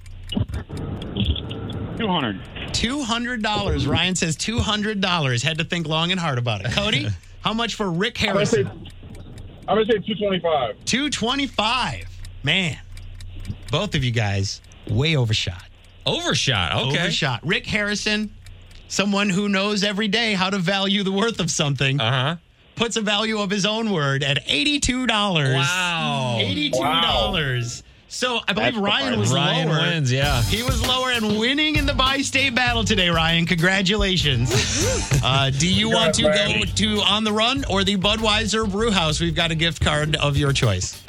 200.
Two hundred dollars. Ryan says two hundred dollars. Had to think long and hard about it.
<laughs>
Cody, how much for Rick
I'm going to say,
Harrison?
I'm going to say 225.
225. Man, both of you guys way overshot.
Overshot. Okay.
Overshot. Rick Harrison, someone who knows every day how to value the worth of something,
Uh huh.
puts a value of his own word at $82.
Wow.
$82. So I believe
That's the
Ryan
part.
was
Ryan
lower.
wins. Yeah.
He was lower and winning in the bi-state battle today, Ryan. Congratulations. Uh, do you want to go to On the Run or the Budweiser Brewhouse? We've got a gift card of your choice.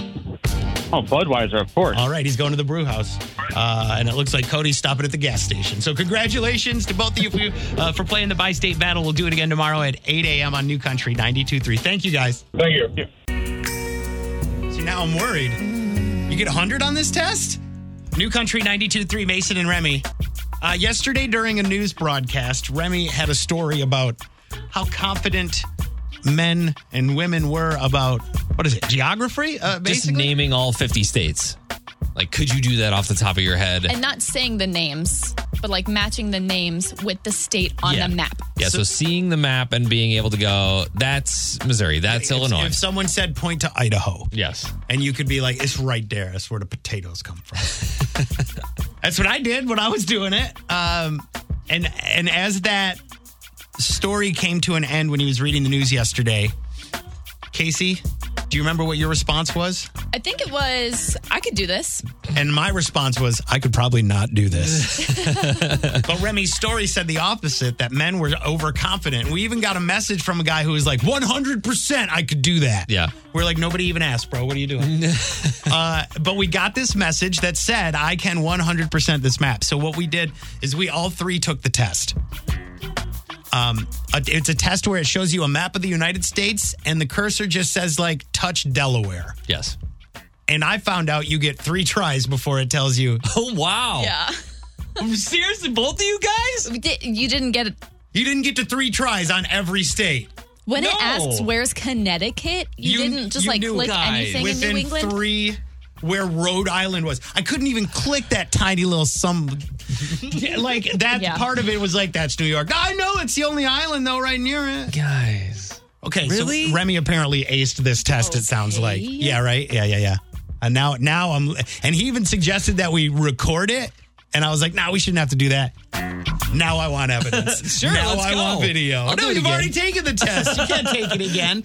Oh, Budweiser, of course.
All right, he's going to the brew house, uh, and it looks like Cody's stopping at the gas station. So congratulations to both of you uh, for playing the bi-state battle. We'll do it again tomorrow at 8 a.m. on New Country 92.3. Thank you, guys.
Thank you.
See, now I'm worried. You get 100 on this test? New Country 92.3, Mason and Remy. Uh, yesterday, during a news broadcast, Remy had a story about how confident men and women were about, what is it, geography? Uh,
Just
basically?
naming all 50 states. Like, could you do that off the top of your head?
And not saying the names, but like matching the names with the state on
Yeah.
the map.
Yeah, so, seeing the map and being able to go, that's Missouri, that's
If-
Illinois.
If someone said point to Idaho,
yes.
and you could be like, it's right there. That's where the potatoes come from. <laughs> That's what I did when I was doing it. Um, and and as that story came to an end when he was reading the news yesterday, Casey, do you remember what your response was?
I think it was, I could do this.
And my response was, I could probably not do this. but Remy's story said the opposite that men were overconfident. We even got a message from a guy who was like, 100% I could do that.
Yeah.
We're like, nobody even asked, bro. What are you doing? uh, but we got this message that said, I can 100% this map. So what we did is we all three took the test. Um, a- it's a test where it shows you a map of the United States and the cursor just says, like, touch Delaware.
Yes.
And I found out you get three tries before it tells you
<laughs> Oh, wow.
Yeah.
Seriously, both of you guys?
We did- You didn't get it.
You didn't get to three tries on every state.
When
No.
it asks, where's Connecticut? You,
You-
didn't just
you
like
knew,
click
guys.
anything in
Within
New England?
three, where Rhode Island was. I couldn't even click that tiny little some. <laughs> Yeah, like that
Yeah.
part of it was like, that's New York. I know it's the only island though, right near it.
Guys.
Okay,
Really?
so Remy apparently aced this test. It sounds like,
Okay.
yeah, right, yeah, yeah, yeah. And now, now I'm, and he even suggested that we record it, and I was like, nah, we shouldn't have to do that. Now I want evidence.
<laughs> Sure,
now
let's
I
go.
want video.
I'll do
no,
it
you've
again.
already taken the test. You can't take it
<laughs>
again.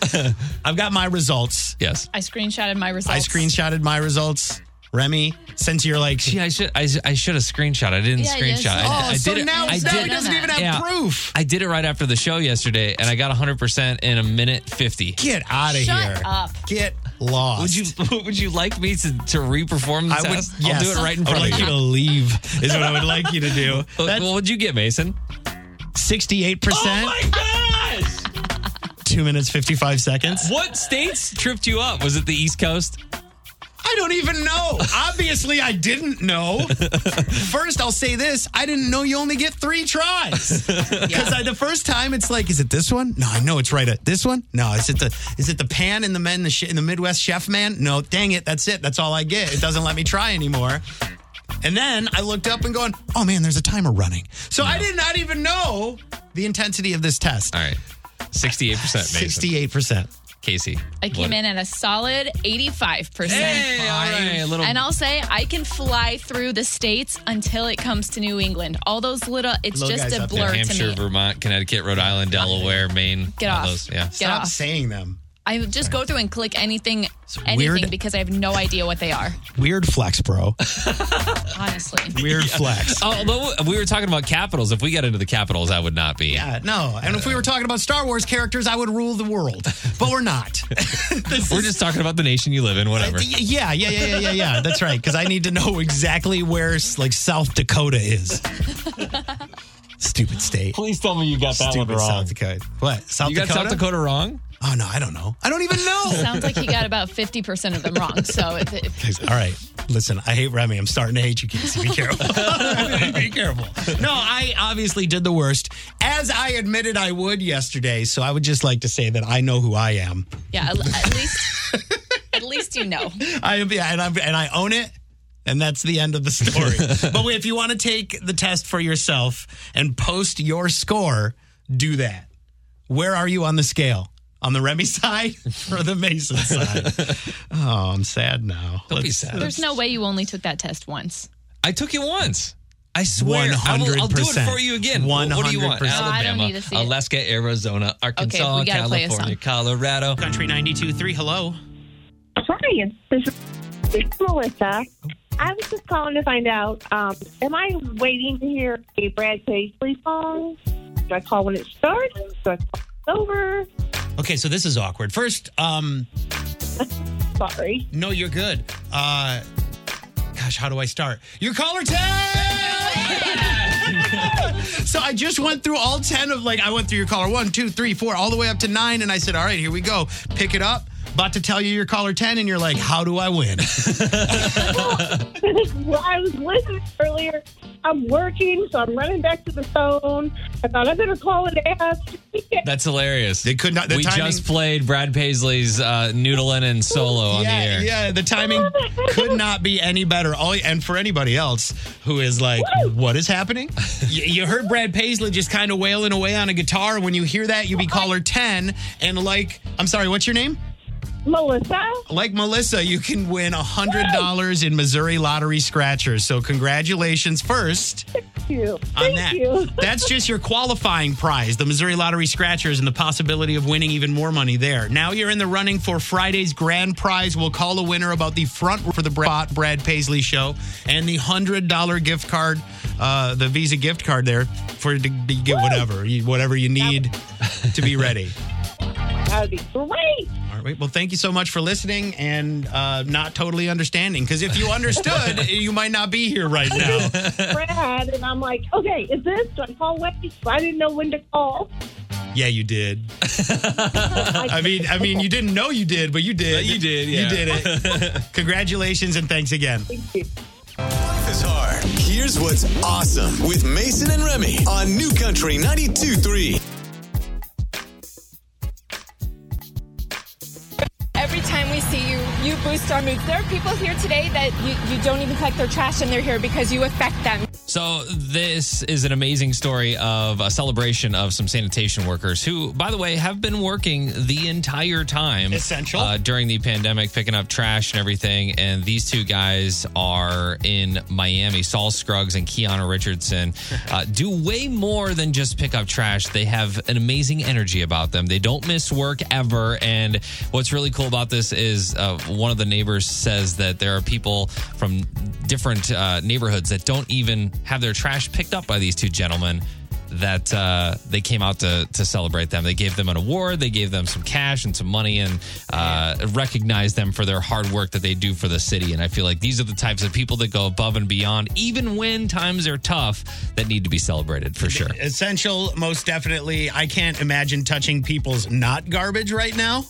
I've got my results.
Yes.
I screenshotted my results.
I screenshotted my results. Remy, since you're like,
Gee, I should I, I should have screenshot. I didn't
Yeah, you
screenshot.
should.
oh,
I, I
so
did it.
now,
I
now
did,
he doesn't even have
Yeah.
proof.
I did it right after the show yesterday, and I got 100% in a minute 50.
Get out of
Shut
here.
up.
Get lost.
Would you <laughs> Would you like me to to reperform the
I would.
test?
Yes.
I'll do it right in front
I would like
of you.
you to leave. Is what I would like you to
<laughs>
do.
What
That's Oh
would you get, Mason?
sixty-eight
Oh
percent.
gosh!
Two minutes fifty-five seconds.
what states tripped you up? Was it the East Coast?
I don't even know. Obviously, I didn't
<laughs>
know. First, I'll say this: I didn't know you only get three
<laughs>
tries. Because the first time, it's like, is it this one? No, I know it's right at this one. No, is it the is it the pan in the men the sh- in the Midwest chef man? No, dang it, that's it. That's all I get. It doesn't let me try anymore. And then I looked up and going, oh man, there's a timer running. So I did not even know the intensity of this test.
All right, sixty-eight percent, Mason.
Sixty-eight percent.
Casey.
I came in at a solid 85%.
Hey, all right, a little.
And I'll say I can fly through the states until it comes to New England. All those little, it's
Little guys
just a
up there.
New
blur to
Hampshire,
me.
Vermont, Connecticut, Rhode Island, Delaware, Maine.
Get
all
off.
Those. Yeah.
Get
Stop
off.
saying them.
I just go through and click anything, anything
weird.
because I have no idea what they are.
Weird flex, bro.
Honestly,
<laughs>
Weird flex.
Although Oh, we were talking about capitals, if we got into the capitals, I would not be.
Yeah, no. And if we were talking about Star Wars characters, I would rule the world. But we're not. <laughs> This
We're
is-
just talking about the nation you live in, whatever.
yeah, yeah, yeah, yeah, yeah, yeah. That's right. Because I need to know exactly where like South Dakota is. Stupid state.
Please tell me you got
Stupid South Dakota. What? South
You got
Dakota?
South Dakota wrong?
Oh no, I don't know. I don't even
<laughs>
know.
sounds like he got about 50% of them wrong. So it, it-
All right. Listen, I hate Remy. I'm starting to hate you, Casey. Be
<laughs>
careful. Be careful. No, I obviously did the worst, as I admitted I would yesterday. So I would just like to say that I know who I am.
yeah,
<laughs>
at, at least, at least you know.
I yeah, and I and I own it. And that's the end of the story.
<laughs>
but if you want to take the test for yourself and post your score, do that. Where are you on the scale? On the Remy side <laughs> or the Mason side? oh, I'm sad now.
Don't be
Let's-
sad.
There's no way you only took that test once.
I took it once. I swear. I will, I'll do it
100%.
for you again. What- What do you want?
100%.
Oh, I don't
Alabama,
need to see it.
Alaska, Arizona, Arkansas,
we gotta play a
California,
song.
Colorado.
Country 92.3, hello.
Hi, this is Melissa. I was just calling to find out, um, am I waiting to hear a Brad Paisley song? Do I call when it starts? Do I call when it's over?
Okay, so this is awkward. First, um,
<laughs> sorry.
No, you're good. Uh, gosh, how do I start? Your caller 10! <laughs> so I just went through all 10 of like, I went through your caller one, two, three, four, all the way up to nine. And I said, all right, here we go. Pick it up. About to tell you your caller 10, and you're like, how do I win?
well, I was listening earlier. I'm working, so I'm running back to the phone. I thought I better call and ask. <laughs>
That's hilarious.
They could not- the
we
timing-
just played Brad Paisley's uh, Noodle and solo on
yeah,
the air.
yeah, the timing could not be any better. All, and for anybody else who is like, what is happening? <laughs> you, you heard Brad Paisley just kind of wailing away on a guitar. When you hear that, you be caller 10. And like, I'm sorry, what's your name?
Melissa,
Like Melissa, you can win $100 in Missouri Lottery Scratchers. So, congratulations first
thank you.
on
Thank
that.
you. <laughs>
That's just your qualifying prize, the Missouri Lottery Scratchers, and the possibility of winning even more money there. Now you're in the running for Friday's grand prize. We'll call a winner about the front for the Brad, Brad Paisley show and the hundred dollar gift card, uh, the Visa gift card there for to, to get whatever you, whatever you need <laughs> to be ready.
That would be
<laughs>
great.
All right. wait, Well, thank you so much for listening and uh, not totally understanding. Because if
<laughs>
you understood, you might not be here right now.
Brad, and I'm like, okay, is this? Do I call Wendy? I didn't know when to call.
Yeah, you did. <laughs> I mean, I mean, you didn't know you did, but you did.
you did,
You
yeah.
did
<laughs>
it. Congratulations and thanks again.
Life is hard. Here's what's awesome with Mason and Remy on New Country 92.3.
Every time we see you, you boost our moods. There are people here today that you, you don't even collect their trash and they're here because you affect them.
So this is an amazing story of a celebration of some sanitation workers who, by the way, have been working the entire time,
Essential.
uh, during the pandemic, picking up trash and everything. And these two guys are in Miami. Saul Scruggs and Keanu Richardson uh, do way more than just pick up trash. They have an amazing energy about them. They don't miss work ever. And what's really cool about this is uh, one of the neighbors says that there are people from different uh, neighborhoods that don't even have their trash picked up by these two gentlemen that uh, they came out to, to celebrate them. They gave them an award, they gave them some cash and some money, and uh, recognized them for their hard work that they do for the city. And I feel like these are the types of people that go above and beyond, even when times are tough, that need to be celebrated for sure.
Essential, most definitely. I can't imagine touching people's not garbage right now.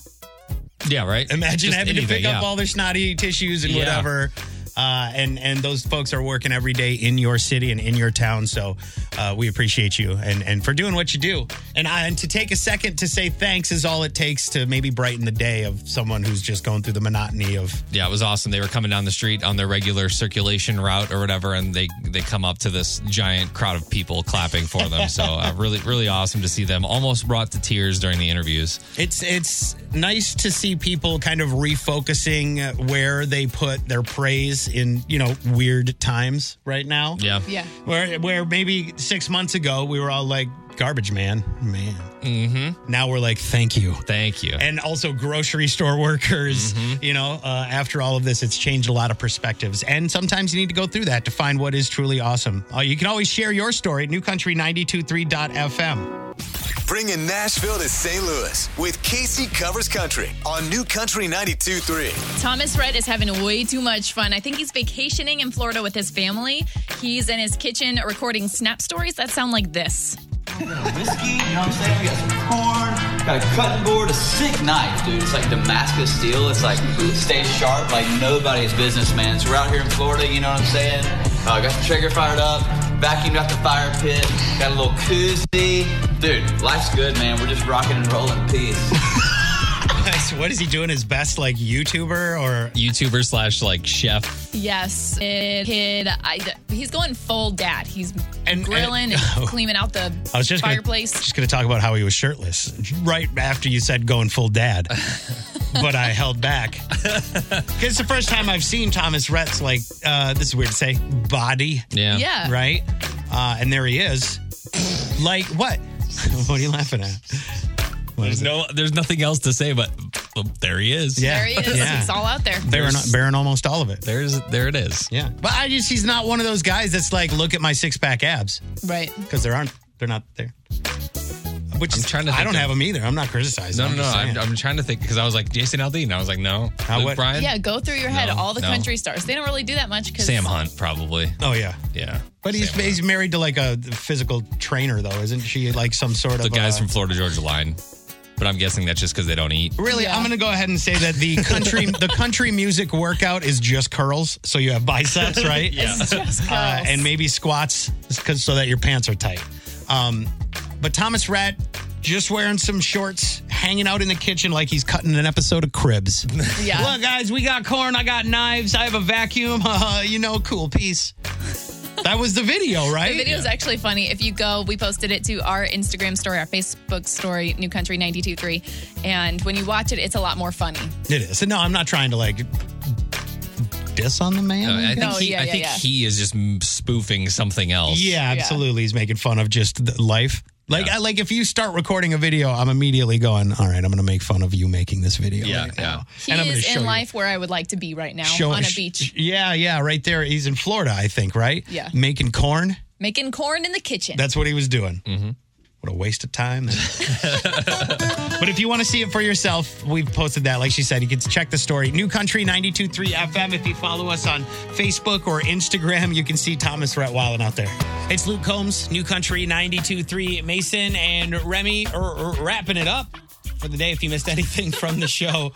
Yeah, right?
Imagine
Just
having to
anything,
pick up
yeah.
all their snotty tissues and
Yeah.
whatever. Uh, and and those folks are working every day in your city and in your town. So uh, we appreciate you and and for doing what you do. And I, and to take a second to say thanks is all it takes to maybe brighten the day of someone who's just going through the monotony of
yeah, it was awesome. They were coming down the street on their regular circulation route or whatever, and they they come up to this giant crowd of people clapping for them. So uh, really, really awesome to see them. Almost brought to tears during the interviews.
It's it's nice to see people kind of refocusing where they put their praise in you know weird times right now.
Yeah,
Yeah.
Where where maybe six months ago we were all like garbage man, man. Mm-hmm. Now we're like thank you.
Thank you.
And also grocery store workers. You know, uh, after all of this, it's changed a lot of perspectives. And sometimes you need to go through that to find what is truly awesome. Uh, you can always share your story at newcountry923.fm. <laughs>
Bringing Nashville to St. Louis with Casey Covers Country on New Country 92.3.
Thomas Rhett is having way too much fun. I think he's vacationing in Florida with his family. He's in his kitchen recording snap stories that sound like this.
whiskey, you know what I'm saying? We got some corn, got a cutting board, a sick knife, dude. It's like Damascus steel. It's like stay sharp like nobody's business, man. So we're out here in Florida, you know what I'm saying? Uh, got the trigger fired up, vacuumed out the fire pit, got a little koozie. Dude, life's good, man. We're just rocking and rolling peace.
Nice. What is he doing? His best, like YouTuber or
YouTuber slash like chef.
Yes, it, kid. I, he's going full dad. He's
And-
grilling and,
<laughs> and-
cleaning out the
I was just gonna-
fireplace.
just going to talk about how he was shirtless right after you said going full
<laughs>
dad, but I held back because it's the first time I've seen Thomas Rhett's like uh, this is weird to say body,
Yeah.
yeah.
right? Uh, and there he is. like what? <laughs> what are you laughing at? What
There's
is it?
no, there's nothing else to say, but well, there he is.
Yeah.
There he
<laughs>
is.
Yeah.
It's all out there.
Baron,
there's-
Baron almost all of it.
There's, there it is.
Yeah, but I just he's not one of those guys that's like look at my six pack abs
Right.
because there aren't they're not there. Which
I'm trying to. Think
I don't have them either. I'm not criticizing.
No,
I'm
no, no.
just saying.
I'm, I'm trying to think because I was like Jason Aldean. and I was like, no. Luke
what-
Bryan?
yeah, go through your head
No,
all the
no.
country stars. They don't really do that much because <laughs>
Sam Hunt probably.
Oh yeah,
yeah.
But he's
Sam
he's married to like a physical trainer though, isn't she? Like some sort
The
of
guys
uh,
from Florida Georgia Line. But I'm guessing that's just because they don't eat. Uh,
Really, I'm going to go ahead and say that the
<laughs>
country the country music workout is just curls, so you have
<laughs>
biceps, right?
Yeah. It's
<laughs>
just curls.
Uh, and maybe squats, just 'cause- so that your pants are tight. Um, but Thomas Rat just wearing some shorts, hanging out in the kitchen like he's cutting an episode of Cribs.
<laughs>
Yeah.
Look, guys, we got corn. I got knives. I have a vacuum. <laughs> you know, cool piece. That was the video, right?
The video is actually funny. If you go, we posted it to our Instagram story, our Facebook story, New Country 92.3. And when you watch it, it's a lot more funny.
It is. No, I'm not trying to like diss on the man.
I think,
No,
he,
yeah,
I
yeah,
think
yeah.
he is just m- spoofing something else.
Yeah, absolutely. He's making fun of just th- life. Like, I, like if you start recording a video, I'm immediately going, "All right, I'm going to make fun of you making this video."
Yeah,
right now.
He
and I'm gonna
is
show
in
you-
life where I would like to be right now
show-
on
<laughs>
a
sh-
beach,
sh- Yeah, yeah, right there. He's in Florida, I think, right?
Yeah.
making corn.
making corn in the kitchen.
That's what he was doing.
Mm-hmm.
What a waste of time. but if you want to see it for yourself, we've posted that. Like she said, you can check the story. New Country 92.3 FM. If you follow us on Facebook or Instagram, you can see Thomas Rhett Wilding out there. It's Luke Combs, New Country 92.3. Mason and Remy are are wrapping it up for the day. If you missed anything from the show,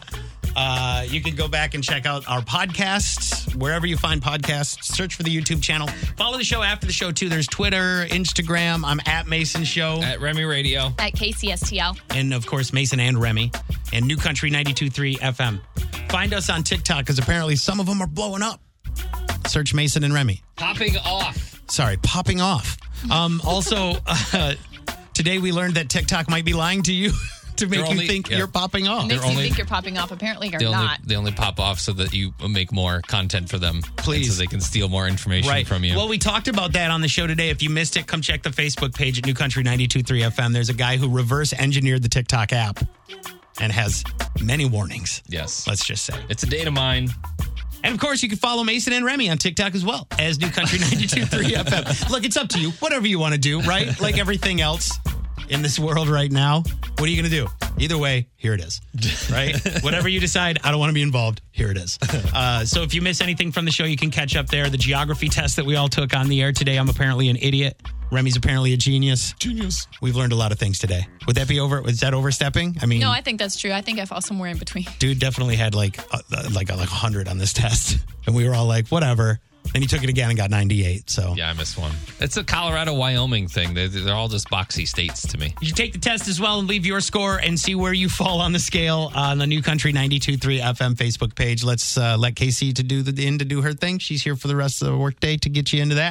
uh, you can go back and check out our podcasts wherever you find podcasts. Search for the YouTube channel. Follow the show after the show too. There's Twitter, Instagram. I'm at Mason Show,
At Remy Radio.
At KCSTL.
and of course Mason and Remy, and New Country 92.3 FM. Find us on TikTok because apparently some of them are blowing up. Search Mason and Remy.
Popping off.
Sorry, popping off. Um, also, <laughs> uh, today we learned that TikTok might be lying to you <laughs> to make
They're
you
only-
think
yeah.
you're popping off.
Makes
They're
you
only-
think you're popping off. Apparently, you're
They only,
not.
they only pop off so that you make more content for them. and
Please.
So they can steal more information from you.
Well, we talked about that on the show today. If you missed it, come check the Facebook page at New Country 92.3 FM. There's a guy who reverse engineered the TikTok app and has many warnings.
yes.
Let's just say.
It's a data mine.
And of course, you can follow Mason and Remy on TikTok as well as New Country 92.3 FM. Look, it's up to you. Whatever you want to do, right? Like everything else in this world right now, what are you going to do? Either way, here it is, right? Whatever you decide, I don't want to be involved. Here it is. Uh, so if you miss anything from the show, you can catch up there. The geography test that we all took on the air today, I'm apparently an idiot. Remy's apparently a genius.
Genius.
We've learned a lot of things today. Would that be over? Was that overstepping? I mean,
No, I think that's true. I think I fall somewhere in between.
dude definitely had like uh, like like 100 on this <laughs> test and we were all like whatever then he took it again and got 98 so
Yeah, I missed one. It's a Colorado Wyoming thing. They're, they're all just boxy states to me.
you should take the test as well and leave your score and see where you fall on the scale on the new country 92.3 fm facebook page let's uh, let casey to do the in to do her thing she's here for the rest of the workday to get you into that